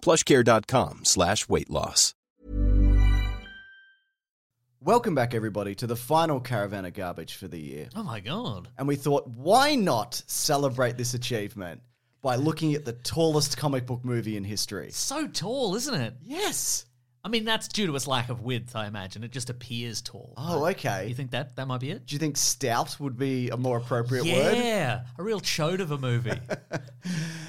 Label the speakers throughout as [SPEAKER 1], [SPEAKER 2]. [SPEAKER 1] Plushcare.com slash weight loss.
[SPEAKER 2] Welcome back, everybody, to the final Caravan of Garbage for the year.
[SPEAKER 3] Oh my god.
[SPEAKER 2] And we thought, why not celebrate this achievement by looking at the tallest comic book movie in history?
[SPEAKER 3] So tall, isn't it?
[SPEAKER 2] Yes.
[SPEAKER 3] I mean, that's due to its lack of width, I imagine. It just appears tall.
[SPEAKER 2] Oh, okay.
[SPEAKER 3] You think that that might be it?
[SPEAKER 2] Do you think stout would be a more appropriate word?
[SPEAKER 3] Yeah, a real chode of a movie.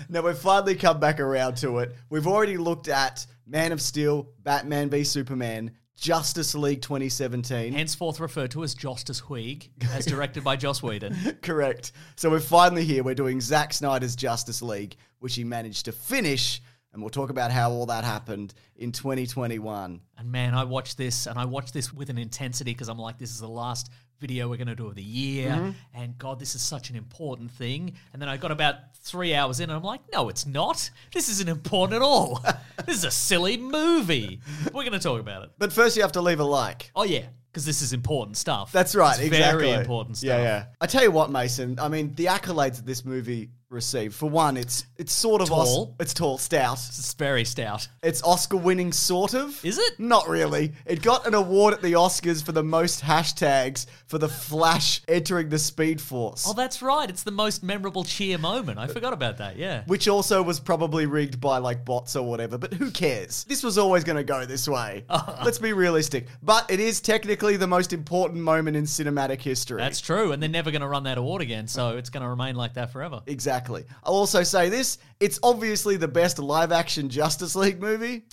[SPEAKER 2] Now we've finally come back around to it. We've already looked at Man of Steel, Batman v Superman, Justice League 2017.
[SPEAKER 3] Henceforth referred to as Justice Huig, as directed by Joss Whedon.
[SPEAKER 2] Correct. So we're finally here. We're doing Zack Snyder's Justice League, which he managed to finish, and we'll talk about how all that happened in 2021.
[SPEAKER 3] And man, I watched this, and I watched this with an intensity because I'm like, this is the last video we're going to do of the year,
[SPEAKER 2] Mm-hmm.
[SPEAKER 3] and God, this is such an important thing. And then I got about three hours in, and I'm like, no, it's not. This isn't important at all. this is a silly movie. We're going to talk about it.
[SPEAKER 2] But first, you have to leave a like.
[SPEAKER 3] Oh yeah, because this is important stuff.
[SPEAKER 2] That's right.
[SPEAKER 3] It's
[SPEAKER 2] exactly.
[SPEAKER 3] Very important stuff.
[SPEAKER 2] Yeah, yeah. I tell you what, Mason. I mean, the accolades that this movie received. For one, it's it's sort of
[SPEAKER 3] Tall.
[SPEAKER 2] Os- it's tall, stout.
[SPEAKER 3] It's very stout.
[SPEAKER 2] It's Oscar winning, sort of.
[SPEAKER 3] Is it?
[SPEAKER 2] Not really. It got an award at the Oscars for the most hashtags for the Flash entering the Speed Force,
[SPEAKER 3] Oh, that's right. It's the most memorable cheer moment. I forgot about that. Yeah.
[SPEAKER 2] which also was probably rigged by like bots or whatever. But who cares? This was always going to go this way. Let's be realistic. But it is technically the most important moment in cinematic history.
[SPEAKER 3] That's true. And they're never going to run that award again. So it's going to remain like that forever.
[SPEAKER 2] Exactly. I'll also say this it's obviously the best live action Justice League movie.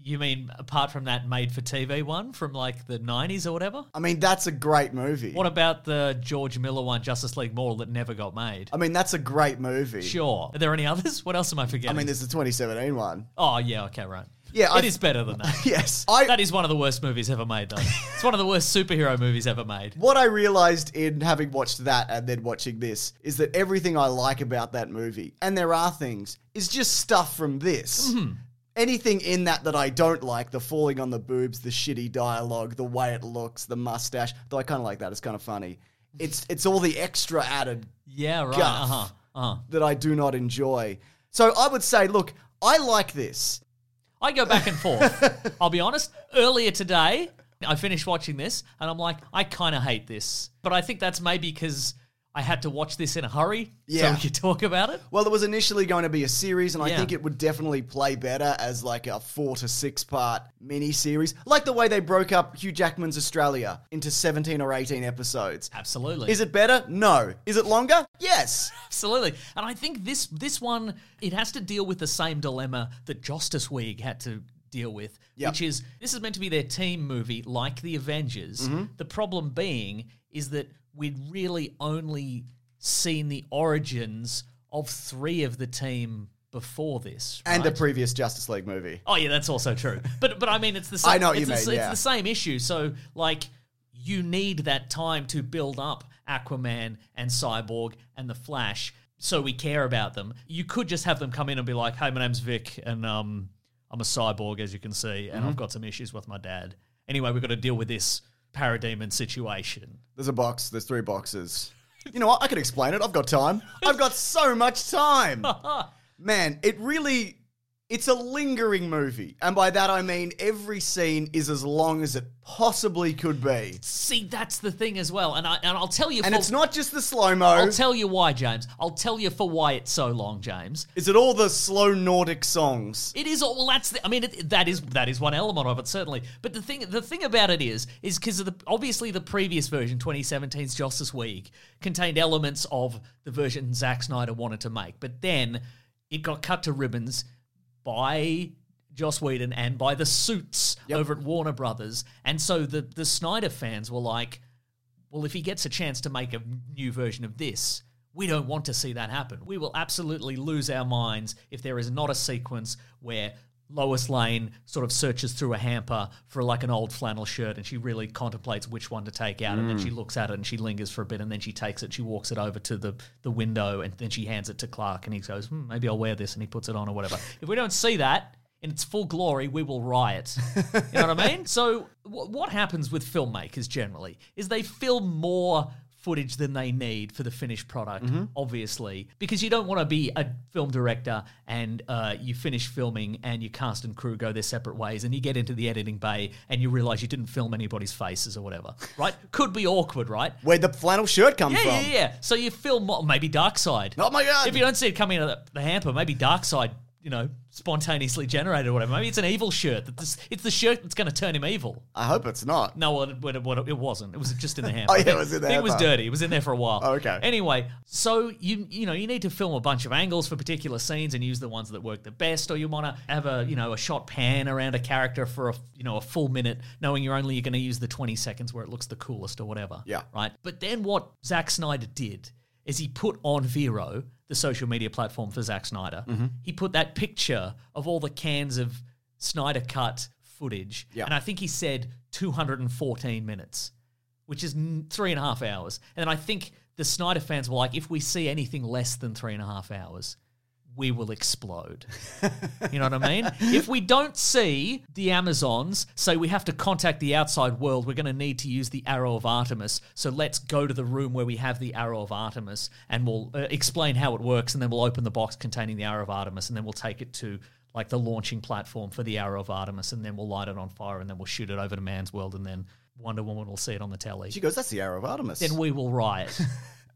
[SPEAKER 3] You mean apart from that made for TV one from like the 90s or whatever?
[SPEAKER 2] I mean, that's a great movie.
[SPEAKER 3] What about the George Miller one, Justice League Moral, that never got made?
[SPEAKER 2] I mean, that's a great movie.
[SPEAKER 3] Sure. Are there any others? What else am I
[SPEAKER 2] I
[SPEAKER 3] forgetting?
[SPEAKER 2] mean, there's the 2017 one.
[SPEAKER 3] oh, yeah. Okay, right.
[SPEAKER 2] Yeah,
[SPEAKER 3] It is
[SPEAKER 2] I-
[SPEAKER 3] better than that.
[SPEAKER 2] Yes. I,
[SPEAKER 3] That is one of the worst movies ever made, though. it's one of the worst superhero movies ever made.
[SPEAKER 2] what I realized in having watched that and then watching this is that everything I like about that movie, and there are things, is just stuff from this. Anything in that that I don't like, the falling on the boobs, the shitty dialogue, the way it looks, the mustache, though I kind of like that, it's kind of funny. It's, it's all the extra added
[SPEAKER 3] Yeah, right.
[SPEAKER 2] Guff.
[SPEAKER 3] Uh huh. Uh huh.
[SPEAKER 2] that I do not enjoy. So I would say, look, I like this.
[SPEAKER 3] I go back and forth. I'll be honest. Earlier today, I finished watching this and I'm like, I kind of hate this. But I think that's maybe because I had to watch this in a hurry so
[SPEAKER 2] Yeah.
[SPEAKER 3] we could talk about it.
[SPEAKER 2] Well, it was initially going to be a series, and I
[SPEAKER 3] Yeah.
[SPEAKER 2] think it would definitely play better as like a four to six part mini series, like the way they broke up Hugh Jackman's Australia into 17 or 18 episodes.
[SPEAKER 3] Absolutely.
[SPEAKER 2] Is it better? No. Is it longer? Yes.
[SPEAKER 3] Absolutely. And I think this this one it has to deal with the same dilemma that Justice League had to deal with,
[SPEAKER 2] Yep.
[SPEAKER 3] which is this is meant to be their team movie like the Avengers.
[SPEAKER 2] Mm-hmm.
[SPEAKER 3] The problem being is that we'd really only seen the origins of 3 of the team before this.
[SPEAKER 2] And
[SPEAKER 3] right?
[SPEAKER 2] a previous Justice League movie.
[SPEAKER 3] Oh yeah, that's also true. But but I mean, it's the same.
[SPEAKER 2] I know what
[SPEAKER 3] it's
[SPEAKER 2] you
[SPEAKER 3] the,
[SPEAKER 2] mean,
[SPEAKER 3] sa-
[SPEAKER 2] yeah.
[SPEAKER 3] It's the same issue. So like, you need that time to build up Aquaman and Cyborg and the Flash, so we care about them. You could just have them come in and be like, "Hey, my name's Vic, and um, I'm a cyborg, as you can see, and I've got some issues with my dad. Anyway, we've got to deal with this parademon situation."
[SPEAKER 2] There's a box, there's three boxes. You know what? I can explain it. I've got time. I've got so much time. Man, it really It's a lingering movie, and by that I mean every scene is as long as it possibly could be.
[SPEAKER 3] See, that's the thing as well, and I and I'll tell you.
[SPEAKER 2] And
[SPEAKER 3] for-
[SPEAKER 2] it's not just the slow mo.
[SPEAKER 3] I'll tell you why, James. I'll tell you for why it's so long, James.
[SPEAKER 2] Is it all the slow Nordic songs?
[SPEAKER 3] It is all. Well, that's. The, I mean, it, that is that is one element of it certainly. But the thing, the thing about it is, is because the obviously the previous version, 2017's Justice League, contained elements of the version Zack Snyder wanted to make. But then it got cut to ribbons by Joss Whedon and by the suits over at Warner Brothers, and so the the Snyder fans were like, well, if he gets a chance to make a new version of this, we don't want to see that happen. We will absolutely lose our minds if there is not a sequence where Lois Lane sort of searches through a hamper for like an old flannel shirt and she really contemplates which one to take out and then she looks at it and she lingers for a bit and then she takes it, she walks it over to the, the window and then she hands it to Clark and he goes, hmm, maybe I'll wear this and he puts it on or whatever. if we don't see that, in its full glory, we will riot. You know what I mean? So, w- what happens with filmmakers generally is they film more footage than they need for the finished product, obviously, because you don't want to be a film director and uh, you finish filming and your cast and crew go their separate ways and you get into the editing bay and you realize you didn't film anybody's faces or whatever, right? Could be awkward, right?
[SPEAKER 2] Where'd the flannel shirt come
[SPEAKER 3] Yeah,
[SPEAKER 2] from?
[SPEAKER 3] yeah, yeah. So you film mo- maybe Dark Side.
[SPEAKER 2] Oh my god!
[SPEAKER 3] If you don't see it coming out of the hamper, maybe Dark Side, you know, spontaneously generated or whatever. Maybe it's an evil shirt. That this, it's the shirt that's going to turn him evil.
[SPEAKER 2] I hope it's not.
[SPEAKER 3] No, well, it, well, it, it wasn't. It was just in the hamper.
[SPEAKER 2] Oh, yeah, it was in the
[SPEAKER 3] It was
[SPEAKER 2] hamper.
[SPEAKER 3] dirty. It was in there for a while.
[SPEAKER 2] Oh, okay.
[SPEAKER 3] Anyway, so you you know you need to film a bunch of angles for particular scenes and use the ones that work the best, or you want to have a you know a shot pan around a character for a you know a full minute, knowing you're only going to use the 20 seconds where it looks the coolest or whatever.
[SPEAKER 2] Yeah.
[SPEAKER 3] Right. But then what Zack Snyder did is he put on Vero, the social media platform for Zack Snyder.
[SPEAKER 2] Mm-hmm.
[SPEAKER 3] He put that picture of all the cans of Snyder cut footage,
[SPEAKER 2] Yeah.
[SPEAKER 3] and I think he said 214 minutes which is n- three and a half hours. And then I think the Snyder fans were like, if we see anything less than three and a half hours, we will explode. you know what I mean? If we don't see the Amazons, say we have to contact the outside world, we're going to need to use the Arrow of Artemis. So let's go to the room where we have the Arrow of Artemis and we'll uh, explain how it works. And then we'll open the box containing the Arrow of Artemis and then we'll take it to like the launching platform for the Arrow of Artemis. And then we'll light it on fire and then we'll shoot it over to man's world. And then Wonder Woman will see it on the telly.
[SPEAKER 2] She goes, "That's the arrow of Artemis."
[SPEAKER 3] Then we will riot.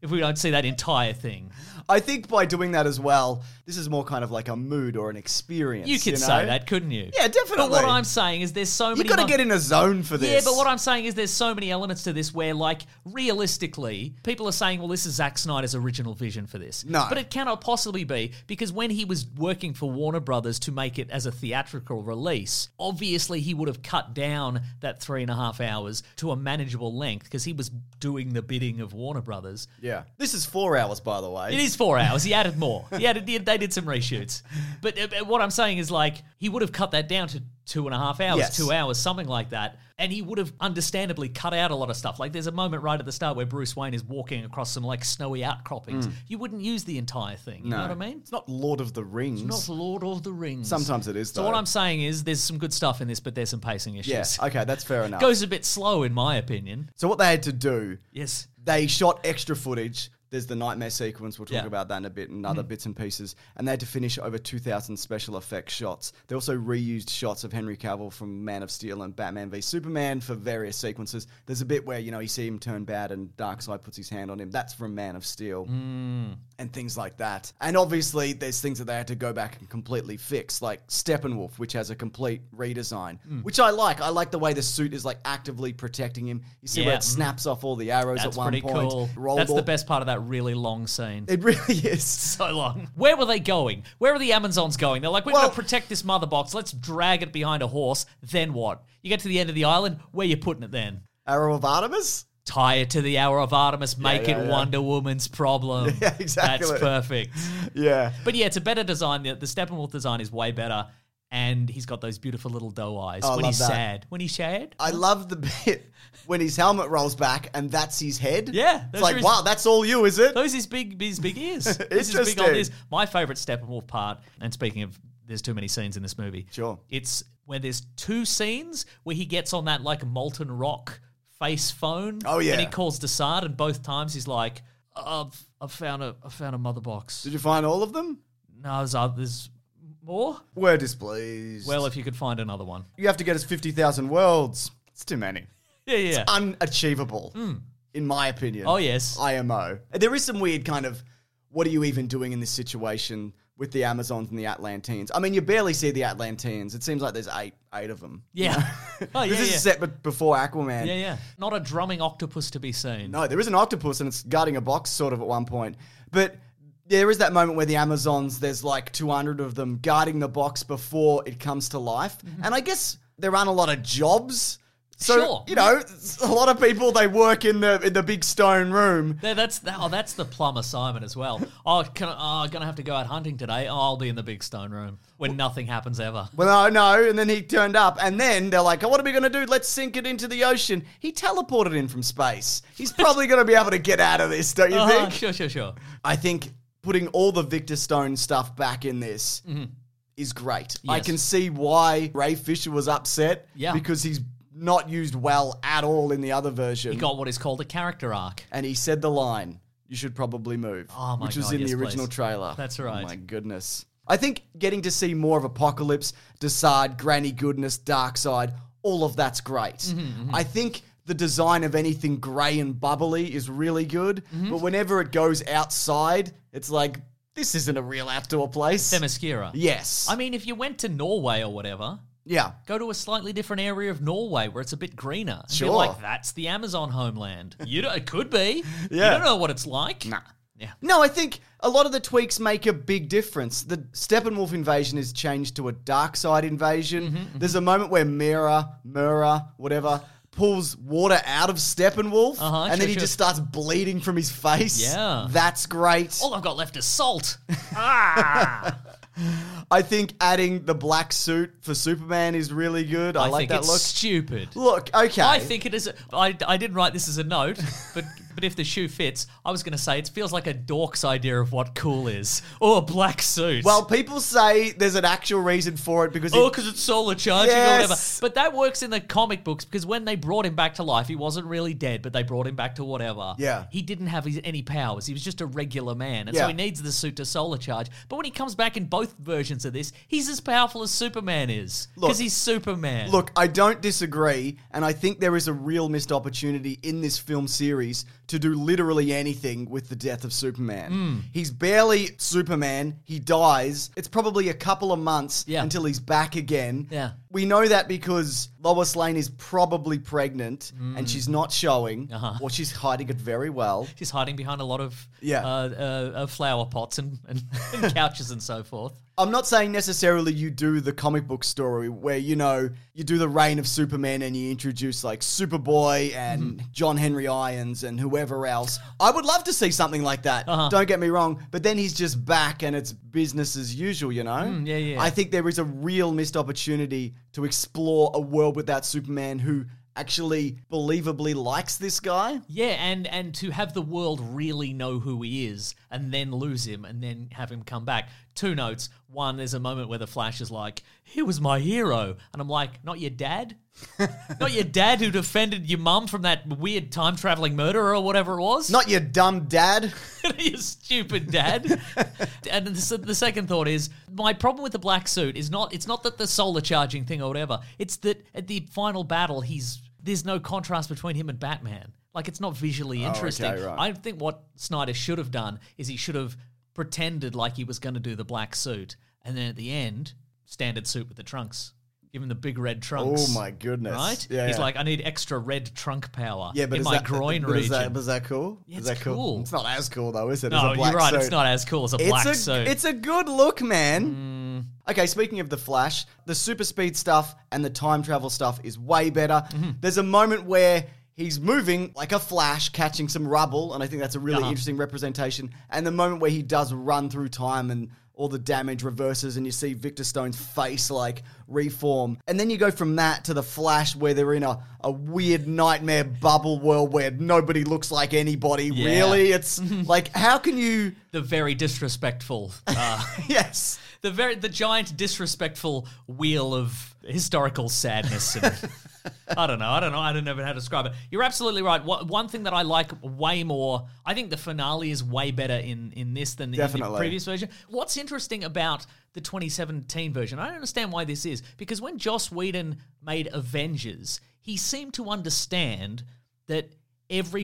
[SPEAKER 3] If we don't see that entire thing,
[SPEAKER 2] I think by doing that as well, this is more kind of like a mood or an experience.
[SPEAKER 3] you could
[SPEAKER 2] know?
[SPEAKER 3] say that, couldn't you?
[SPEAKER 2] Yeah, definitely.
[SPEAKER 3] But what I'm saying is, there's so many.
[SPEAKER 2] you got to
[SPEAKER 3] mon-
[SPEAKER 2] get in a zone for this.
[SPEAKER 3] Yeah, but what I'm saying is there's so many elements to this where, like, realistically, people are saying, well, this is Zack Snyder's original vision for this.
[SPEAKER 2] No.
[SPEAKER 3] But it cannot possibly be because when he was working for Warner Brothers to make it as a theatrical release, obviously he would have cut down that three and a half hours to a manageable length because he was doing the bidding of Warner Brothers.
[SPEAKER 2] yeah, this is four hours, by the way.
[SPEAKER 3] It is four hours. He added more. He added. he- They did some reshoots. But uh, but what I'm saying is, like, he would have cut that down to two and a half hours,
[SPEAKER 2] Yes.
[SPEAKER 3] two hours, something like that. And he would have understandably cut out a lot of stuff. Like, there's a moment right at the start where Bruce Wayne is walking across some like snowy outcroppings. You wouldn't use the entire thing. You know what I mean?
[SPEAKER 2] Mm. It's not Lord of the Rings.
[SPEAKER 3] Not Lord of the Rings.
[SPEAKER 2] Sometimes it is. Though.
[SPEAKER 3] So what I'm saying is, there's some good stuff in this, but there's some pacing issues.
[SPEAKER 2] yeah, okay, that's fair enough.
[SPEAKER 3] Goes a bit slow, in my opinion.
[SPEAKER 2] so what they had to do,
[SPEAKER 3] Yes.
[SPEAKER 2] they shot extra footage. There's the nightmare sequence. We'll talk
[SPEAKER 3] Yeah. Mm-hmm.
[SPEAKER 2] about that in a bit, and other bits and pieces. And they had to finish over 2,000 special effects shots. They also reused shots of Henry Cavill from Man of Steel and Batman v Superman for various sequences. There's a bit where you know you see him turn bad, and Darkseid puts his hand on him. That's from Man of Steel,
[SPEAKER 3] Mm.
[SPEAKER 2] and things like that. And obviously, there's things that they had to go back and completely fix, like Steppenwolf, which has a complete redesign,
[SPEAKER 3] Mm.
[SPEAKER 2] which I like. I like the way the suit is like actively protecting him. You see where
[SPEAKER 3] Yeah,
[SPEAKER 2] it snaps off all the arrows
[SPEAKER 3] That's
[SPEAKER 2] at one
[SPEAKER 3] pretty
[SPEAKER 2] point.
[SPEAKER 3] cool.
[SPEAKER 2] rolled
[SPEAKER 3] That's
[SPEAKER 2] all-
[SPEAKER 3] the best part of that really long scene.
[SPEAKER 2] It really is.
[SPEAKER 3] so long. Where were they going? Where are the Amazons going? They're like, we're
[SPEAKER 2] Well-
[SPEAKER 3] going to protect this mother box. Let's drag it behind a horse. Then what? You get to the end of the island. Where you putting it then?
[SPEAKER 2] Arrow of Artemis?
[SPEAKER 3] Tie it to the hour of Artemis. Make
[SPEAKER 2] yeah,
[SPEAKER 3] it
[SPEAKER 2] yeah.
[SPEAKER 3] Wonder Woman's problem.
[SPEAKER 2] Yeah, exactly.
[SPEAKER 3] That's perfect.
[SPEAKER 2] Yeah.
[SPEAKER 3] But yeah, it's a better design. The, the Steppenwolf design is way better. And he's got those beautiful little doe eyes
[SPEAKER 2] Oh, I
[SPEAKER 3] when
[SPEAKER 2] love
[SPEAKER 3] he's
[SPEAKER 2] that.
[SPEAKER 3] sad. When he's sad.
[SPEAKER 2] I love the bit when his helmet rolls back and that's his head.
[SPEAKER 3] Yeah,
[SPEAKER 2] It's
[SPEAKER 3] those
[SPEAKER 2] like,
[SPEAKER 3] are his-
[SPEAKER 2] wow, that's all you, is it?
[SPEAKER 3] Those his big his big ears. this is big
[SPEAKER 2] Interesting.
[SPEAKER 3] on this. My favorite Steppenwolf part, and speaking of there's too many scenes in this movie.
[SPEAKER 2] Sure.
[SPEAKER 3] It's where there's two scenes where he gets on that like molten rock face phone.
[SPEAKER 2] Oh, yeah.
[SPEAKER 3] And he calls Desard and both times he's like, I've I've found a I found a mother box.
[SPEAKER 2] Did you find all of them?
[SPEAKER 3] No, there's, oth- there's More?
[SPEAKER 2] We're displeased.
[SPEAKER 3] Well, if you could find another one.
[SPEAKER 2] you have to get us 50,000 worlds, it's too many.
[SPEAKER 3] Yeah, yeah.
[SPEAKER 2] Unachievable, in my opinion.
[SPEAKER 3] Hmm. Oh, yes.
[SPEAKER 2] IMO. There is some weird kind of what are you even doing in this situation with the Amazons and the Atlanteans? I mean, you barely see the Atlanteans. It seems like there's eight eight of them.
[SPEAKER 3] yeah. Oh, yeah,
[SPEAKER 2] this is
[SPEAKER 3] yeah.
[SPEAKER 2] set be- before Aquaman.
[SPEAKER 3] yeah, yeah. Not a drumming octopus to be seen.
[SPEAKER 2] No, there is an octopus and it's guarding a box sort of at one point. But there is that moment where the Amazons, there's like 200 of them guarding the box before it comes to life. And I guess there aren't a lot of jobs. So,
[SPEAKER 3] Mm-hmm. Sure.
[SPEAKER 2] you know, a lot of people, they work in the in the big stone room.
[SPEAKER 3] There, that's that, oh, that's the plumber Simon as well. Oh, can I, oh, gonna have to go out hunting today. Oh, I'll be in the big stone room when nothing happens ever.
[SPEAKER 2] Well, no, no. And then he turned up. And then they're like, oh, what are we going to do? Let's sink it into the ocean. He teleported in from space. He's probably going to be able to get out of this, don't you
[SPEAKER 3] Uh-huh,
[SPEAKER 2] think?
[SPEAKER 3] sure, sure, sure.
[SPEAKER 2] I think putting all the Victor Stone stuff back in this is great. I
[SPEAKER 3] Mm-hmm. Yes.
[SPEAKER 2] can see why Ray Fisher was upset.
[SPEAKER 3] Yeah.
[SPEAKER 2] Because he's not used well at all in the other version.
[SPEAKER 3] He got what is called a character arc.
[SPEAKER 2] and he said the line, you should probably move.
[SPEAKER 3] Oh my
[SPEAKER 2] which was
[SPEAKER 3] God,
[SPEAKER 2] in
[SPEAKER 3] yes,
[SPEAKER 2] the original
[SPEAKER 3] please.
[SPEAKER 2] trailer.
[SPEAKER 3] That's
[SPEAKER 2] Oh
[SPEAKER 3] right.
[SPEAKER 2] my goodness. I think getting to see more of Apocalypse, Desaad, Granny Goodness, Darkseid, all of that's great.
[SPEAKER 3] Mm-hmm,
[SPEAKER 2] I think the design of anything grey and bubbly is really good,
[SPEAKER 3] Mm-hmm.
[SPEAKER 2] but whenever it goes outside, it's like, this isn't a real outdoor place.
[SPEAKER 3] Themyscira.
[SPEAKER 2] yes.
[SPEAKER 3] I mean, if you went to Norway or whatever,
[SPEAKER 2] yeah.
[SPEAKER 3] go to a slightly different area of Norway where it's a bit greener. And be
[SPEAKER 2] Sure.
[SPEAKER 3] like that's the Amazon homeland. You don't, it could be.
[SPEAKER 2] Yeah.
[SPEAKER 3] You don't know what it's like. Nah. Yeah.
[SPEAKER 2] No, I think a lot of the tweaks make a big difference. The Steppenwolf invasion is changed to a dark side invasion.
[SPEAKER 3] Mm-hmm,
[SPEAKER 2] There's a moment where Mira, Mira, whatever, pulls water out of Steppenwolf
[SPEAKER 3] Uh-huh,
[SPEAKER 2] and
[SPEAKER 3] sure,
[SPEAKER 2] then he
[SPEAKER 3] sure.
[SPEAKER 2] just starts bleeding from his face.
[SPEAKER 3] Yeah.
[SPEAKER 2] That's great.
[SPEAKER 3] All I've got left is salt. ah.
[SPEAKER 2] I think adding the black suit for Superman is really good. I,
[SPEAKER 3] I
[SPEAKER 2] like
[SPEAKER 3] think
[SPEAKER 2] that
[SPEAKER 3] it's
[SPEAKER 2] look.
[SPEAKER 3] stupid.
[SPEAKER 2] Look, okay.
[SPEAKER 3] I think it is. I, I didn't write this as a note, but but if the shoe fits, I was going to say it feels like a dork's idea of what cool is, or a black suit.
[SPEAKER 2] Well, people say there's an actual reason for it because
[SPEAKER 3] Oh,
[SPEAKER 2] it,
[SPEAKER 3] because it's solar charging or whatever.
[SPEAKER 2] Yes.
[SPEAKER 3] But that works in the comic books because when they brought him back to life, he wasn't really dead, but they brought him back to whatever.
[SPEAKER 2] Yeah.
[SPEAKER 3] He didn't have his, any powers. He was just a regular man. And
[SPEAKER 2] Yeah.
[SPEAKER 3] so he needs the suit to solar charge. But when he comes back in both versions of this, he's as powerful as Superman is.
[SPEAKER 2] Look.
[SPEAKER 3] Because he's Superman.
[SPEAKER 2] Look, I don't disagree, and I think there is a real missed opportunity in this film series to do literally anything with the death of Superman.
[SPEAKER 3] Hmm.
[SPEAKER 2] He's barely Superman, he dies. It's probably a couple of months
[SPEAKER 3] Yeah.
[SPEAKER 2] until he's back again.
[SPEAKER 3] Yeah.
[SPEAKER 2] We know that because Lois Lane is probably pregnant
[SPEAKER 3] Hmm.
[SPEAKER 2] and she's not showing,
[SPEAKER 3] Uh-huh.
[SPEAKER 2] or she's hiding it very well.
[SPEAKER 3] He's hiding behind a lot of
[SPEAKER 2] Yeah.
[SPEAKER 3] uh, uh, uh, flower pots and, and, and couches and so forth.
[SPEAKER 2] I'm not saying necessarily you do the comic book story where, you know, you do the reign of Superman and you introduce like Superboy and
[SPEAKER 3] Mm-hmm.
[SPEAKER 2] John Henry Irons and whoever else. I would love to see something like that.
[SPEAKER 3] Uh-huh.
[SPEAKER 2] Don't get me wrong. But then he's just back and it's business as usual, you know?
[SPEAKER 3] Mm, yeah, yeah.
[SPEAKER 2] I think there is a real missed opportunity to explore a world without Superman who actually believably likes this guy.
[SPEAKER 3] Yeah, and and to have the world really know who he is and then lose him and then have him come back. Two notes. One, there's a moment where the Flash is like, "He was my hero," and I'm like, "Not your dad, not your dad who defended your mum from that weird time traveling murderer or whatever it was."
[SPEAKER 2] Not your dumb dad.
[SPEAKER 3] you stupid dad. and the, se- the second thought is my problem with the black suit is not it's not that the solar charging thing or whatever. It's that at the final battle, he's there's no contrast between him and Batman. Like it's not
[SPEAKER 2] Oh,
[SPEAKER 3] visually interesting. I think what Snyder should have done is he should have pretended like he was going to do the black suit, and then at the end, standard suit with the trunks. Give him the big red trunks.
[SPEAKER 2] Oh my goodness.
[SPEAKER 3] Right?
[SPEAKER 2] Yeah,
[SPEAKER 3] He's
[SPEAKER 2] yeah.
[SPEAKER 3] like, I need extra red trunk power
[SPEAKER 2] Yeah, but
[SPEAKER 3] in
[SPEAKER 2] is
[SPEAKER 3] my
[SPEAKER 2] that,
[SPEAKER 3] groin
[SPEAKER 2] but
[SPEAKER 3] region.
[SPEAKER 2] Is that, is that cool?
[SPEAKER 3] Yeah,
[SPEAKER 2] is
[SPEAKER 3] it's
[SPEAKER 2] that cool?
[SPEAKER 3] cool.
[SPEAKER 2] It's not as cool though, is it?
[SPEAKER 3] No,
[SPEAKER 2] It's a black
[SPEAKER 3] you're right. It's
[SPEAKER 2] suit.
[SPEAKER 3] not as cool as a
[SPEAKER 2] It's
[SPEAKER 3] black
[SPEAKER 2] a
[SPEAKER 3] suit. Mm.
[SPEAKER 2] it's a good look, man. Okay, speaking of the Flash, the super speed stuff and the time travel stuff is way better.
[SPEAKER 3] Mm-hmm.
[SPEAKER 2] There's a moment where he's moving like a Flash, catching some rubble, and I think that's a really
[SPEAKER 3] Uh-huh.
[SPEAKER 2] interesting representation. And the moment where he does run through time and all the damage reverses and you see Victor Stone's face like reform. And then you go from that to the Flash where they're in a, a weird nightmare bubble world where nobody looks like anybody,
[SPEAKER 3] Yeah.
[SPEAKER 2] really. It's like, how can you.
[SPEAKER 3] the very disrespectful, uh,
[SPEAKER 2] Yes.
[SPEAKER 3] the very the giant disrespectful wheel of historical sadness and I don't know. I don't know. I don't know how to describe it. You're absolutely right. Wha- One thing that I like way more, I think the finale is way better in in this than in the
[SPEAKER 2] Definitely.
[SPEAKER 3] previous version. What's interesting about the 2017 version, I don't understand why this is, because when Joss Whedon made Avengers, he seemed to understand that every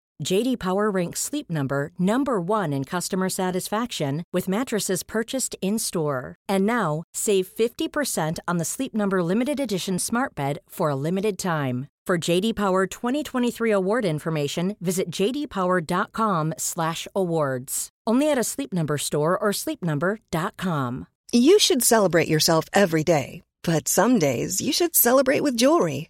[SPEAKER 4] JD Power ranks Sleep Number number 1 in customer satisfaction with mattresses purchased in-store. And now, save 50% on the Sleep Number limited edition Smart Bed for a limited time. For JD Power 2023 award information, visit jdpower.com/awards. Only at a Sleep Number store or sleepnumber.com.
[SPEAKER 5] You should celebrate yourself every day, but some days you should celebrate with jewelry.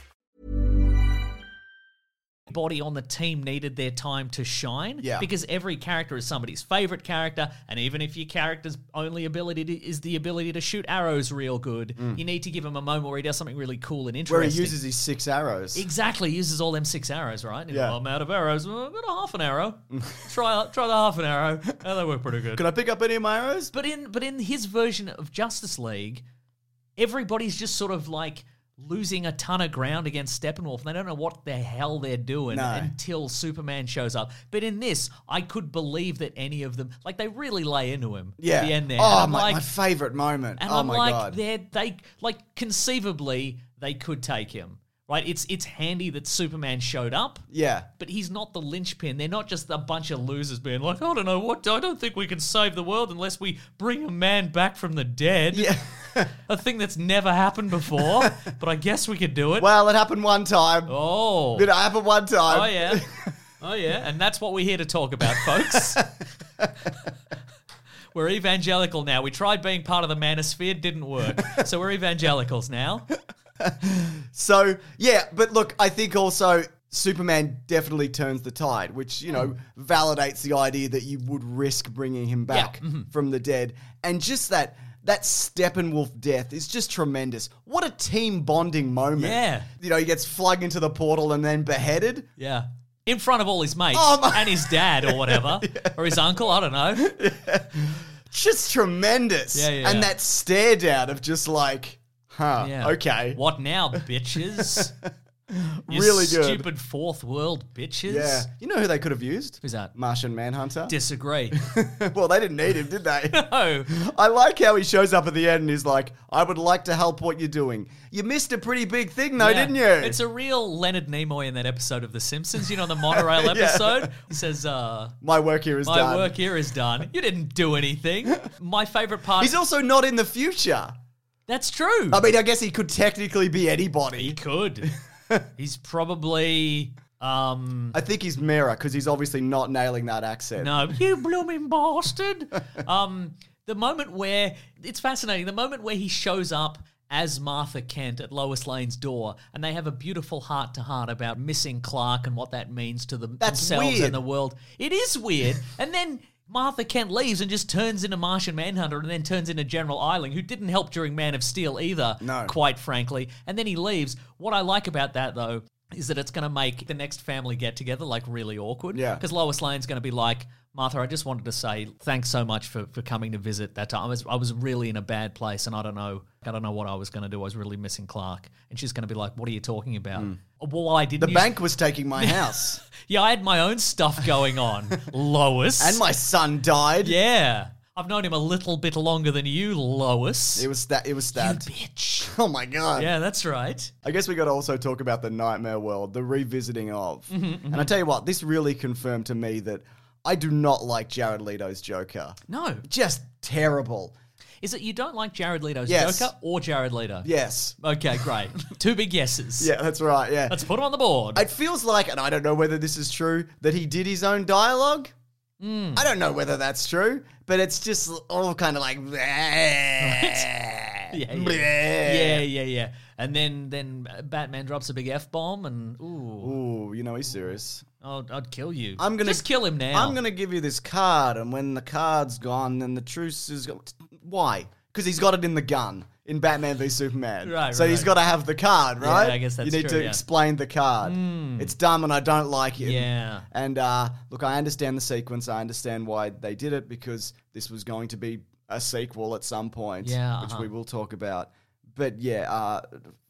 [SPEAKER 3] body on the team needed their time to shine
[SPEAKER 2] Yeah.
[SPEAKER 3] because every character is somebody's favorite character and even if your character's only ability to, is the ability to shoot arrows real good you need to give him a moment where he does something really cool and interesting
[SPEAKER 2] Mm. Where he uses his six arrows.
[SPEAKER 3] exactly uses all them six arrows right You know,
[SPEAKER 2] Yeah.
[SPEAKER 3] i'm out of arrows well, i've got a half an arrow try try the half an arrow and they work pretty good
[SPEAKER 2] Can I pick up any of my arrows?
[SPEAKER 3] but in but in his version of Justice League, everybody's just sort of like losing a ton of ground against Steppenwolf. and They don't know what the hell they're doing
[SPEAKER 2] No.
[SPEAKER 3] until Superman shows up. But in this, I could believe that any of them like they really lay into him
[SPEAKER 2] Yeah.
[SPEAKER 3] at the end there. and
[SPEAKER 2] Oh,
[SPEAKER 3] I'm
[SPEAKER 2] my,
[SPEAKER 3] like,
[SPEAKER 2] my favorite moment.
[SPEAKER 3] and
[SPEAKER 2] oh
[SPEAKER 3] I'm
[SPEAKER 2] my
[SPEAKER 3] like,
[SPEAKER 2] god.
[SPEAKER 3] they're they like conceivably they could take him. Right? It's it's handy that Superman showed up
[SPEAKER 2] Yeah.
[SPEAKER 3] but he's not the linchpin. They're not just a bunch of losers being like, I don't know what, I don't think we can save the world unless we bring a man back from the dead.
[SPEAKER 2] Yeah.
[SPEAKER 3] A thing that's never happened before, but I guess we could do it.
[SPEAKER 2] well, it happened one time.
[SPEAKER 3] oh.
[SPEAKER 2] It happened one time.
[SPEAKER 3] Oh, yeah. Oh, yeah. And that's what we're here to talk about, folks. we're evangelical now. We tried being part of the manosphere, didn't work. So we're evangelicals now.
[SPEAKER 2] So yeah, but look, I think also Superman definitely turns the tide, which you know validates the idea that you would risk bringing him back
[SPEAKER 3] mm-hmm.
[SPEAKER 2] from the dead, and just that that Steppenwolf death is just tremendous. What a team bonding moment!
[SPEAKER 3] Yeah.
[SPEAKER 2] you know he gets flung into the portal and then beheaded.
[SPEAKER 3] Yeah. In front of all his mates
[SPEAKER 2] Oh, my-
[SPEAKER 3] and his dad or whatever, or his uncle, I don't know.
[SPEAKER 2] Just tremendous.
[SPEAKER 3] Yeah, yeah,
[SPEAKER 2] and
[SPEAKER 3] yeah.
[SPEAKER 2] that stare down of just like, huh,
[SPEAKER 3] Yeah.
[SPEAKER 2] okay,
[SPEAKER 3] What now, bitches? You
[SPEAKER 2] Really good.
[SPEAKER 3] Stupid fourth world bitches.
[SPEAKER 2] yeah. You know who they could have used?
[SPEAKER 3] Who's that?
[SPEAKER 2] Martian Manhunter.
[SPEAKER 3] Disagree.
[SPEAKER 2] well, they didn't need him, did they?
[SPEAKER 3] oh,
[SPEAKER 2] I like how he shows up at the end and he's like, I would like to help what you're doing. You missed a pretty big thing though,
[SPEAKER 3] yeah.
[SPEAKER 2] didn't you?
[SPEAKER 3] It's a real Leonard Nimoy in that episode of The Simpsons. You know, the monorail episode. He says, uh,
[SPEAKER 2] My work here is
[SPEAKER 3] "My
[SPEAKER 2] done.
[SPEAKER 3] work here is done. You didn't do anything." My favorite part.
[SPEAKER 2] He's also not in the future.
[SPEAKER 3] that's true.
[SPEAKER 2] I mean, I guess he could technically be
[SPEAKER 3] he
[SPEAKER 2] anybody.
[SPEAKER 3] could. He's probably um,
[SPEAKER 2] I think he's Mera because he's obviously not nailing that accent.
[SPEAKER 3] No, you blooming bastard. Um, the moment where it's fascinating. The moment where he shows up as Martha Kent at Lois Lane's door, and they have a beautiful heart to heart about missing Clark and what that means to them,
[SPEAKER 2] That's
[SPEAKER 3] themselves
[SPEAKER 2] weird.
[SPEAKER 3] and the world. It is weird. and then Martha Kent leaves and just turns into Martian Manhunter and then turns into General Eiling, who didn't help during Man of Steel either,
[SPEAKER 2] No.
[SPEAKER 3] quite frankly. And then he leaves. What I like about that, though, is that it's going to make the next family get together like really awkward.
[SPEAKER 2] Yeah.
[SPEAKER 3] Because Lois Lane's going to be like, Martha, I just wanted to say thanks so much for, for coming to visit that time. I was, I was really in a bad place and I don't know I don't know what I was going to do. I was really missing Clark. And she's going to be like, what are you talking about? Well, I didn't.
[SPEAKER 2] Mm. The
[SPEAKER 3] use-
[SPEAKER 2] bank was taking my house,
[SPEAKER 3] Yeah, I had my own stuff going on, Lois.
[SPEAKER 2] and my son died.
[SPEAKER 3] Yeah. I've known him a little bit longer than you, Lois.
[SPEAKER 2] It was that. It was stabbed.
[SPEAKER 3] Bitch.
[SPEAKER 2] Oh my god.
[SPEAKER 3] Yeah, that's right.
[SPEAKER 2] I guess we got to also talk about the nightmare world, the revisiting of. And I tell you what, this really confirmed to me that I do not like Jared Leto's Joker.
[SPEAKER 3] No.
[SPEAKER 2] Just terrible.
[SPEAKER 3] Is it you don't like Jared Leto's
[SPEAKER 2] Yes.
[SPEAKER 3] Joker or Jared Leto?
[SPEAKER 2] Yes.
[SPEAKER 3] Okay, great. Two big yeses.
[SPEAKER 2] Yeah, that's right. Yeah.
[SPEAKER 3] Let's put him on the board.
[SPEAKER 2] It feels like, and I don't know whether this is true, that he did his own dialogue. I don't know whether that's true, but it's just all kind of like. Yeah,
[SPEAKER 3] yeah, yeah. yeah, yeah, yeah. And then then Batman drops a big f bomb, and ooh,
[SPEAKER 2] Ooh, you know he's serious.
[SPEAKER 3] I'd, I'd kill you.
[SPEAKER 2] I'm gonna
[SPEAKER 3] just kill him now.
[SPEAKER 2] I'm gonna give you this card, and when the card's gone, then the truce is gone. Why? Because he's got it in the gun in Batman v Superman.
[SPEAKER 3] Right,
[SPEAKER 2] So he's
[SPEAKER 3] right.
[SPEAKER 2] got to have the card, right?
[SPEAKER 3] I guess that's
[SPEAKER 2] You need to
[SPEAKER 3] true, yeah. Hmm.
[SPEAKER 2] explain the card. It's dumb, and I don't like it.
[SPEAKER 3] Yeah.
[SPEAKER 2] And uh, look, I understand the sequence. I understand why they did it because this was going to be a sequel at some point,
[SPEAKER 3] Yeah,
[SPEAKER 2] which
[SPEAKER 3] uh-huh.
[SPEAKER 2] we will talk about. But yeah, uh,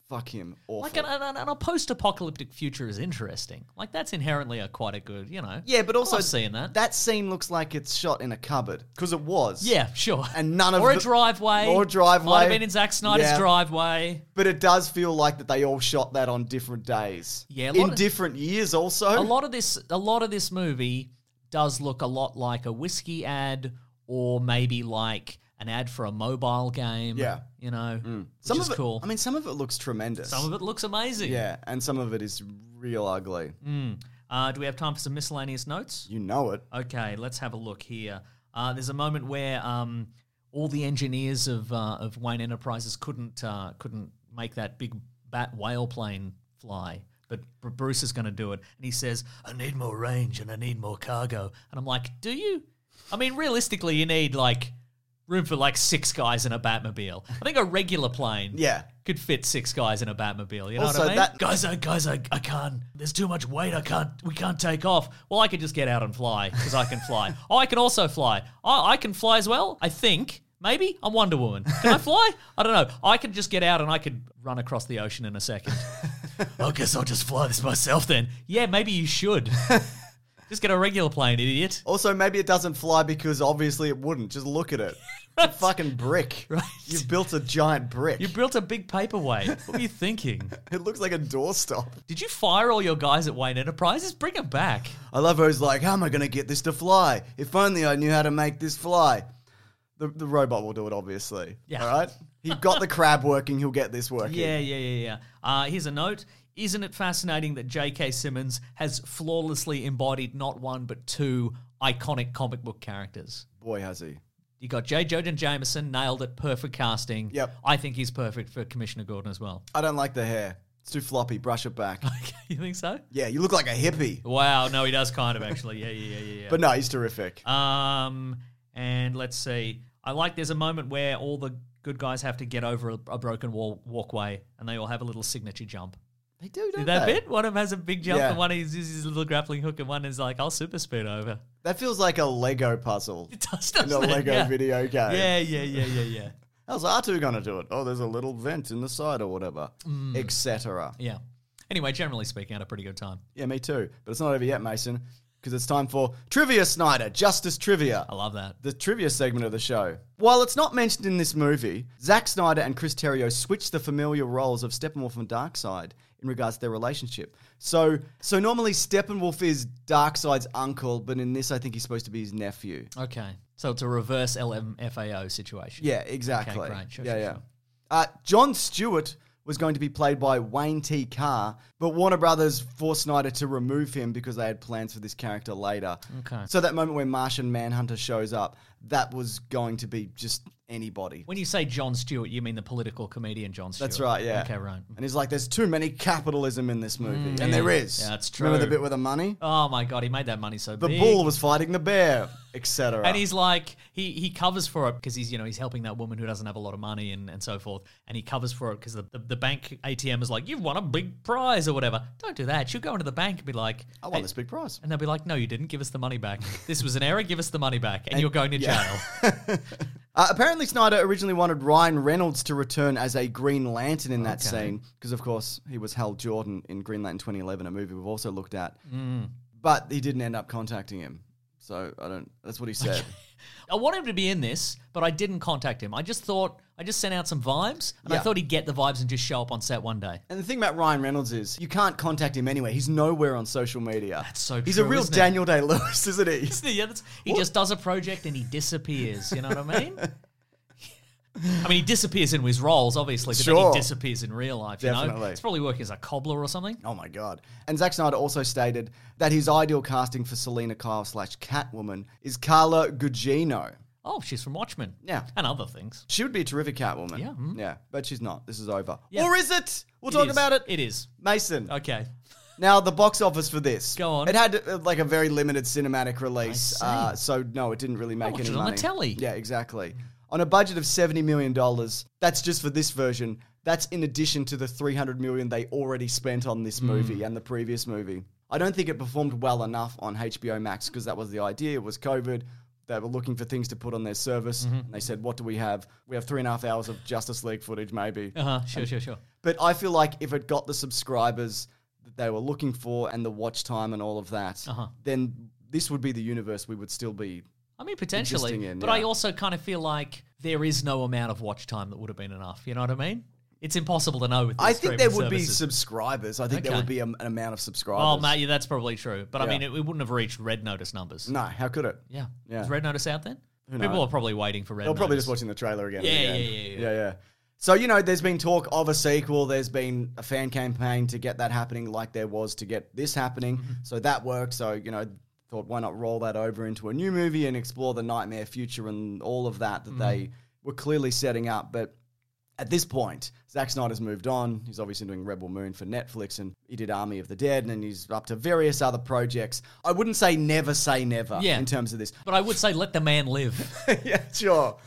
[SPEAKER 2] fuck him. Awful.
[SPEAKER 3] like an, an, an- a post-apocalyptic future is interesting. Like that's inherently a quite a good, you know.
[SPEAKER 2] yeah, but also
[SPEAKER 3] love seeing that.
[SPEAKER 2] that scene looks like it's shot in a cupboard because it was.
[SPEAKER 3] Yeah, sure.
[SPEAKER 2] and none of
[SPEAKER 3] or a
[SPEAKER 2] the-
[SPEAKER 3] driveway
[SPEAKER 2] or a driveway
[SPEAKER 3] Might have been in Zack Snyder's
[SPEAKER 2] Yeah.
[SPEAKER 3] driveway.
[SPEAKER 2] But it does feel like that they all shot that on different days.
[SPEAKER 3] Yeah, a lot
[SPEAKER 2] in
[SPEAKER 3] of-
[SPEAKER 2] different years also.
[SPEAKER 3] A lot of this, a lot of this movie does look a lot like a whiskey ad, or maybe like an ad for a mobile game.
[SPEAKER 2] Yeah. Mm.
[SPEAKER 3] you know, which
[SPEAKER 2] some
[SPEAKER 3] is
[SPEAKER 2] of it,
[SPEAKER 3] cool.
[SPEAKER 2] I mean, some of it looks tremendous.
[SPEAKER 3] some of it looks amazing.
[SPEAKER 2] yeah, and some of it is real ugly.
[SPEAKER 3] Uh, do we have time for some miscellaneous notes?
[SPEAKER 2] You know it.
[SPEAKER 3] Okay, let's have a look here. Uh, there's a moment where um, all the engineers of uh, of Wayne Enterprises couldn't uh, couldn't make that big bat whale plane fly, but Br- Bruce is going to do it, and he says, "I need more range and I need more cargo," and I'm like, "Do you? I mean, realistically, you need like." Room for like six guys in a Batmobile. I think a regular plane
[SPEAKER 2] Yeah.
[SPEAKER 3] could fit six guys in a Batmobile. You know
[SPEAKER 2] Also,
[SPEAKER 3] what I mean?
[SPEAKER 2] that-
[SPEAKER 3] guys, I, guys, uh, I, I can't. There's too much weight. I can't. We can't take off. Well, I could just get out and fly because I can fly. oh, I can also fly. I, I can fly as well. I think maybe I'm Wonder Woman. Can I fly? I don't know. I could just get out and I could run across the ocean in a second. I guess I'll just fly this myself then. Yeah, maybe you should. just get a regular plane, idiot.
[SPEAKER 2] Also, maybe it doesn't fly because obviously it wouldn't. Just look at it. It's a fucking brick. Right. You've built a giant brick.
[SPEAKER 3] You built a big paperweight. What were you thinking?
[SPEAKER 2] it looks like a doorstop.
[SPEAKER 3] Did you fire all your guys at Wayne Enterprises? Bring them back.
[SPEAKER 2] I love how he's like, how am I going to get this to fly? If only I knew how to make this fly. The, the robot will do it, obviously.
[SPEAKER 3] Yeah.
[SPEAKER 2] All right? He got the crab working, he'll get this working.
[SPEAKER 3] Yeah, yeah, yeah, yeah. Uh, here's a note. Isn't it fascinating that J.K. Simmons has flawlessly embodied not one but two iconic comic book characters?
[SPEAKER 2] Boy, has he.
[SPEAKER 3] You got J. Jojen Jameson, nailed it, perfect casting.
[SPEAKER 2] Yep.
[SPEAKER 3] I think he's perfect for Commissioner Gordon as well.
[SPEAKER 2] I don't like the hair. It's too floppy. Brush it back.
[SPEAKER 3] you think so?
[SPEAKER 2] yeah, you look like a hippie.
[SPEAKER 3] Wow, no, he does kind of actually. Yeah, yeah, yeah, Oh, yeah. yeah.
[SPEAKER 2] But no, he's terrific.
[SPEAKER 3] Um, and let's see. I like there's a moment where all the good guys have to get over a, a broken wall walkway, and they all have a little signature jump.
[SPEAKER 2] they do, don't
[SPEAKER 3] that
[SPEAKER 2] they?
[SPEAKER 3] bit? One of them has a big jump,
[SPEAKER 2] Yeah.
[SPEAKER 3] and one is uses his little grappling hook, and one is like, "I'll super speed over."
[SPEAKER 2] That feels like a Lego puzzle.
[SPEAKER 3] It does,
[SPEAKER 2] In
[SPEAKER 3] doesn't
[SPEAKER 2] a
[SPEAKER 3] it?
[SPEAKER 2] Lego
[SPEAKER 3] yeah.
[SPEAKER 2] video game.
[SPEAKER 3] Yeah, yeah, yeah, yeah, yeah,
[SPEAKER 2] How's R2 going to do it? Oh, there's a little vent in the side or whatever, etc.
[SPEAKER 3] Mm. yeah. Anyway, generally speaking, I had a pretty good time.
[SPEAKER 2] Yeah, me too. But it's not over yet, Mason, because it's time for Trivia Snyder, Justice Trivia.
[SPEAKER 3] I love that.
[SPEAKER 2] the trivia segment of the show. While it's not mentioned in this movie, Zack Snyder and Chris Terrio switched the familiar roles of Steppenwolf and Darkseid in regards to their relationship. So, so normally Steppenwolf is Darkseid's uncle, but in this, I think he's supposed to be his nephew.
[SPEAKER 3] Okay, so it's a reverse LMFAO situation.
[SPEAKER 2] Yeah, exactly.
[SPEAKER 3] Okay, great. Sure,
[SPEAKER 2] yeah,
[SPEAKER 3] sure,
[SPEAKER 2] yeah.
[SPEAKER 3] sure.
[SPEAKER 2] Uh, John Stewart was going to be played by Wayne T. Carr, but Warner Brothers forced Snyder to remove him because they had plans for this character later.
[SPEAKER 3] Okay.
[SPEAKER 2] So that moment when Martian Manhunter shows up, that was going to be just anybody.
[SPEAKER 3] When you say John Stewart, you mean the political comedian John Stewart.
[SPEAKER 2] That's right, yeah.
[SPEAKER 3] Okay, right. Mm.
[SPEAKER 2] And he's like, there's too many capitalism in this movie. and there is.
[SPEAKER 3] Yeah, that's
[SPEAKER 2] Remember the
[SPEAKER 3] true.
[SPEAKER 2] bit with the money?
[SPEAKER 3] Oh my god, he made that money so
[SPEAKER 2] The
[SPEAKER 3] big.
[SPEAKER 2] bull was fighting the bear, etc.
[SPEAKER 3] and he's like he he covers for it because he's you know he's helping that woman who doesn't have a lot of money and, and so forth and he covers for it because the, the, the bank atm is like you've won a big prize or whatever don't do that she'll go into the bank and be like
[SPEAKER 2] I won
[SPEAKER 3] "Hey,"
[SPEAKER 2] this big prize.
[SPEAKER 3] and they'll be like no you didn't give us the money back this was an error give us the money back and, you're going to jail
[SPEAKER 2] Uh, apparently, Snyder originally wanted Ryan Reynolds to return as a Green Lantern in that scene, because of course he was Hal Jordan in Green Lantern 2011, a movie we've also looked at.
[SPEAKER 3] Mm.
[SPEAKER 2] But he didn't end up contacting him, so I don't. That's what he said.
[SPEAKER 3] I want him to be in this, but I didn't contact him. I just thought I just sent out some vibes, and I
[SPEAKER 2] Yeah.
[SPEAKER 3] thought he'd get the vibes and just show up on set one day.
[SPEAKER 2] and the thing about Ryan Reynolds is you can't contact him anyway. He's nowhere on social media. That's
[SPEAKER 3] so
[SPEAKER 2] He's a
[SPEAKER 3] true,
[SPEAKER 2] real
[SPEAKER 3] isn't it?
[SPEAKER 2] Daniel Day Lewis, isn't he?
[SPEAKER 3] Yeah, that's, he just does a project and he disappears. You know what I mean? I mean, he disappears in his roles, obviously, but then
[SPEAKER 2] Sure.
[SPEAKER 3] he disappears in real life. You know,
[SPEAKER 2] Definitely.
[SPEAKER 3] he's probably working as a cobbler or something.
[SPEAKER 2] Oh my god! And Zack Snyder also stated that his ideal casting for Selena Kyle slash Catwoman is Carla Gugino.
[SPEAKER 3] Oh, she's from Watchmen.
[SPEAKER 2] Yeah.
[SPEAKER 3] and other things.
[SPEAKER 2] She would be a terrific Catwoman.
[SPEAKER 3] Yeah, mhm.
[SPEAKER 2] Yeah. But she's not. This is over.
[SPEAKER 3] Yeah.
[SPEAKER 2] Or is it? We'll
[SPEAKER 3] It
[SPEAKER 2] talk
[SPEAKER 3] is.
[SPEAKER 2] about it.
[SPEAKER 3] It is
[SPEAKER 2] Mason.
[SPEAKER 3] okay.
[SPEAKER 2] Now, the box office for this.
[SPEAKER 3] Go on.
[SPEAKER 2] It had uh, like a very limited cinematic release. Uh, so, no, it didn't really make
[SPEAKER 3] watched
[SPEAKER 2] any
[SPEAKER 3] it Oh, on the
[SPEAKER 2] money.
[SPEAKER 3] telly.
[SPEAKER 2] Yeah, exactly. On a budget of $70 million, that's just for this version. That's in addition to the $300 million they already spent on
[SPEAKER 3] Hmm.
[SPEAKER 2] this movie and the previous movie. I don't think it performed well enough on HBO Max because that was the idea. It was COVID. They were looking for things to put on their service.
[SPEAKER 3] Mm-hmm.
[SPEAKER 2] And they said, what do we have? We have three and a half hours of Justice League footage, maybe.
[SPEAKER 3] Uh huh. Sure, sure, sure.
[SPEAKER 2] But I feel like if it got the subscribers that they were looking for and the watch time and all of that,
[SPEAKER 3] Uh-huh.
[SPEAKER 2] then this would be the universe we would still be.
[SPEAKER 3] I mean, potentially,
[SPEAKER 2] Existing in,
[SPEAKER 3] but
[SPEAKER 2] yeah.
[SPEAKER 3] I also kind of feel like there is no amount of watch time that would have been enough. You know what I mean? It's impossible to know with. These
[SPEAKER 2] I think there
[SPEAKER 3] streaming
[SPEAKER 2] would be
[SPEAKER 3] services.
[SPEAKER 2] subscribers. I think there
[SPEAKER 3] Okay.
[SPEAKER 2] would be a, an amount of subscribers.
[SPEAKER 3] Oh, mate, yeah, that's probably true. But I
[SPEAKER 2] Yeah.
[SPEAKER 3] mean, it, it wouldn't have reached Red Notice numbers.
[SPEAKER 2] No, how could it?
[SPEAKER 3] Yeah.
[SPEAKER 2] Yeah.
[SPEAKER 3] Is Red Notice out then? People are probably waiting for Red
[SPEAKER 2] They're
[SPEAKER 3] Notice.
[SPEAKER 2] probably just watching the trailer again. and
[SPEAKER 3] Yeah,
[SPEAKER 2] again.
[SPEAKER 3] yeah, yeah, yeah.
[SPEAKER 2] yeah. So, you know, there's been talk of a sequel. There's been a fan campaign to get that happening, like there was to get this happening.
[SPEAKER 3] Mm-hmm.
[SPEAKER 2] So that worked. So, you know, thought why not roll that over into a new movie and explore the nightmare future and all of that
[SPEAKER 3] Mm-hmm.
[SPEAKER 2] that they were clearly setting up. But at this point, Zack Snyder's moved on. He's obviously doing Rebel Moon for Netflix and he did Army of the Dead and then he's up to various other projects. I wouldn't say never say never
[SPEAKER 3] Yeah.
[SPEAKER 2] in terms of this.
[SPEAKER 3] But I would say let the man live.
[SPEAKER 2] yeah, sure.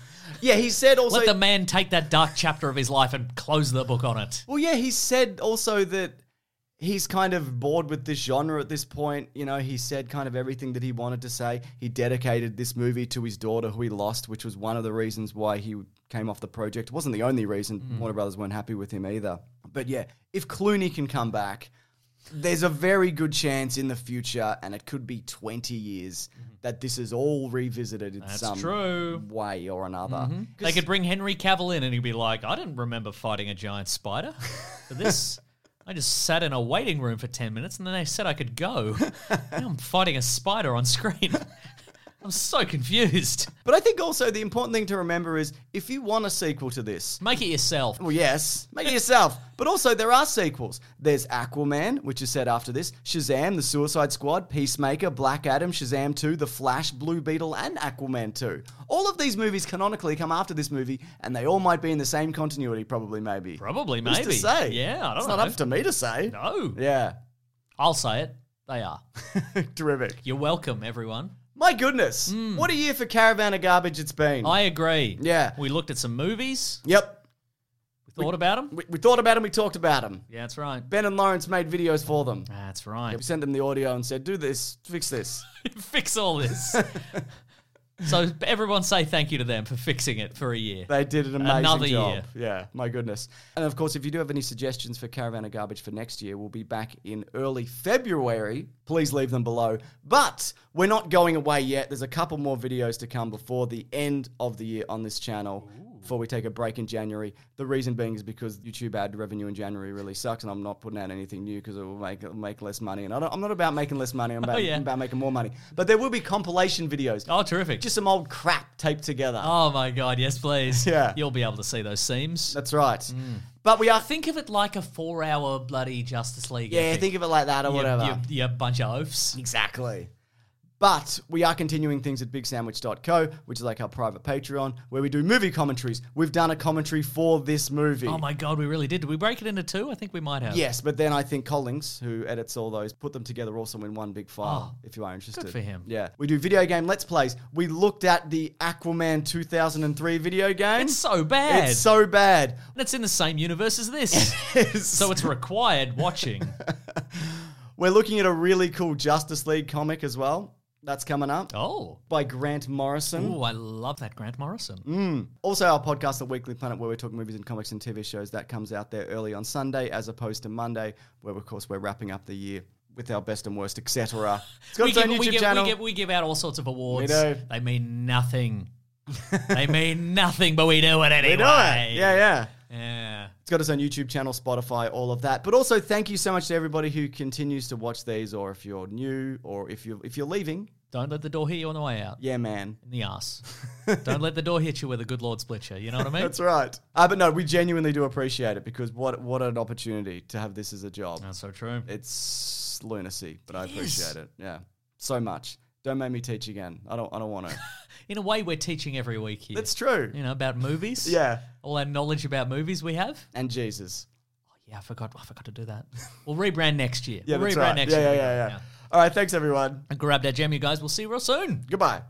[SPEAKER 2] Yeah, he said also.
[SPEAKER 3] let the man take that dark chapter of his life and close the book on it.
[SPEAKER 2] Well, yeah, he said also that he's kind of bored with this genre at this point. You know, he said kind of everything that he wanted to say. He dedicated this movie to his daughter, who he lost, which was one of the reasons why he came off the project. It wasn't the only reason.
[SPEAKER 3] Mm.
[SPEAKER 2] Warner Brothers weren't happy with him either. But yeah, if Clooney can come back, there's a very good chance in the future, and it could be 20 years, that this is all revisited in
[SPEAKER 3] Mm-hmm. That's
[SPEAKER 2] some
[SPEAKER 3] true. Mm-hmm.
[SPEAKER 2] way or another.
[SPEAKER 3] They could bring Henry Cavill in and he'd be like, I didn't remember fighting a giant spider. For this, I just sat in a waiting room for 10 minutes and then they said I could go. now I'm fighting a spider on screen. I'm so confused.
[SPEAKER 2] But I think also the important thing to remember is if you want a sequel to this,
[SPEAKER 3] Make it yourself.
[SPEAKER 2] well, yes, make it yourself. But also, there are sequels. There's Aquaman, which is set after this, Shazam, The Suicide Squad, Peacemaker, Black Adam, Shazam 2, The Flash, Blue Beetle, and Aquaman 2. All of these movies canonically come after this movie, and they all might be in the same continuity, probably, maybe.
[SPEAKER 3] Probably,
[SPEAKER 2] Who's
[SPEAKER 3] maybe.
[SPEAKER 2] to say?
[SPEAKER 3] Yeah, I don't
[SPEAKER 2] it's
[SPEAKER 3] know.
[SPEAKER 2] not up to me to say.
[SPEAKER 3] no.
[SPEAKER 2] Yeah,
[SPEAKER 3] I'll say it. They are.
[SPEAKER 2] terrific.
[SPEAKER 3] You're welcome, everyone.
[SPEAKER 2] My goodness, what a year for Caravan of Garbage it's been.
[SPEAKER 3] Hmm. I agree.
[SPEAKER 2] Yeah.
[SPEAKER 3] We looked at some movies.
[SPEAKER 2] yep,
[SPEAKER 3] We thought about them.
[SPEAKER 2] we, we thought about them, we talked about them.
[SPEAKER 3] Yeah, that's right.
[SPEAKER 2] Ben and Lawrence made videos for them.
[SPEAKER 3] That's right.
[SPEAKER 2] We sent them the audio and said, "Do this, fix this."
[SPEAKER 3] Fix all this. so everyone say thank you to them for fixing it for a year.
[SPEAKER 2] They did an amazing
[SPEAKER 3] Another
[SPEAKER 2] job.
[SPEAKER 3] year.
[SPEAKER 2] Yeah, my goodness. And of course, if you do have any suggestions for Caravan of Garbage for next year, we'll be back in early February. Please leave them below. But we're not going away yet. There's a couple more videos to come before the end of the year on this channel. Before we take a break in January, the reason being is because YouTube ad revenue in January really sucks, and I'm not putting out anything new because it will make it'll make less money. And I don't, I'm not about making less money. I'm about,
[SPEAKER 3] Oh, yeah.
[SPEAKER 2] I'm about making more money. But there will be compilation videos.
[SPEAKER 3] Oh, terrific.
[SPEAKER 2] just some old crap taped together.
[SPEAKER 3] oh my god, yes please.
[SPEAKER 2] Yeah.
[SPEAKER 3] You'll be able to see those seams.
[SPEAKER 2] That's right.
[SPEAKER 3] Mm.
[SPEAKER 2] But we are.
[SPEAKER 3] Think of it like a 4-hour bloody Justice League.
[SPEAKER 2] yeah,
[SPEAKER 3] epic.
[SPEAKER 2] think of it like that or
[SPEAKER 3] You-
[SPEAKER 2] whatever.
[SPEAKER 3] You, you bunch of oafs.
[SPEAKER 2] Exactly. But we are continuing things at bigsandwich.co, which is like our private Patreon, where we do movie commentaries. We've done a commentary for this movie.
[SPEAKER 3] Oh my god, we really did. Did we break it into two? I think we might have.
[SPEAKER 2] Yes, but then I think Collings, who edits all those, put them together also in one big file.
[SPEAKER 3] Oh,
[SPEAKER 2] if you are interested,
[SPEAKER 3] for him.
[SPEAKER 2] Yeah, we do video game let's plays. We looked at the Aquaman 2003 video game.
[SPEAKER 3] It's so bad.
[SPEAKER 2] It's so bad.
[SPEAKER 3] And it's in the same universe as this. So it's required watching.
[SPEAKER 2] We're looking at a really cool Justice League comic as well. That's coming up
[SPEAKER 3] Oh.
[SPEAKER 2] by Grant Morrison.
[SPEAKER 3] Ooh, I love that Grant Morrison.
[SPEAKER 2] Mm, Also, our podcast, The Weekly Planet, where we talk movies and comics and TV shows, that comes out there early on Sunday as opposed to Monday, where, of course, we're wrapping up the year with our best and worst, etc. It's got
[SPEAKER 3] We
[SPEAKER 2] its own
[SPEAKER 3] give, we,
[SPEAKER 2] YouTube
[SPEAKER 3] give,
[SPEAKER 2] channel.
[SPEAKER 3] we, give, we give out all sorts of awards.
[SPEAKER 2] do.
[SPEAKER 3] They mean nothing. they mean nothing, but we do it anyway.
[SPEAKER 2] We do it. Yeah, yeah.
[SPEAKER 3] Yeah.
[SPEAKER 2] It's got its own YouTube channel, Spotify, all of that. But also, thank you so much to everybody who continues to watch these, or if you're new, or if you're if you're leaving.
[SPEAKER 3] Don't let the door hit you on the way out.
[SPEAKER 2] Yeah, man.
[SPEAKER 3] In the ass. Don't let the door hit you where the good Lord splits you. You know what I mean?
[SPEAKER 2] That's right. Uh, but no, we genuinely do appreciate it because what what an opportunity to have this as a job.
[SPEAKER 3] That's so true.
[SPEAKER 2] It's lunacy, but I
[SPEAKER 3] It is.
[SPEAKER 2] appreciate it. Yeah, so much. Don't make me teach again. I don't. I don't want to.
[SPEAKER 3] In a way, we're teaching every week here.
[SPEAKER 2] That's true.
[SPEAKER 3] You know, about movies.
[SPEAKER 2] Yeah.
[SPEAKER 3] All our knowledge about movies we have.
[SPEAKER 2] And Jesus.
[SPEAKER 3] Oh, yeah, I forgot. I forgot to do that. We'll rebrand next year.
[SPEAKER 2] Yeah,
[SPEAKER 3] we'll
[SPEAKER 2] that's
[SPEAKER 3] rebrand
[SPEAKER 2] right.
[SPEAKER 3] next
[SPEAKER 2] yeah,
[SPEAKER 3] year.
[SPEAKER 2] yeah, yeah, yeah. All right. Thanks, everyone.
[SPEAKER 3] And grab that gem, you guys. We'll see you real soon.
[SPEAKER 2] Goodbye.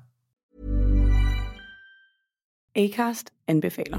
[SPEAKER 6] Acast anbefaler.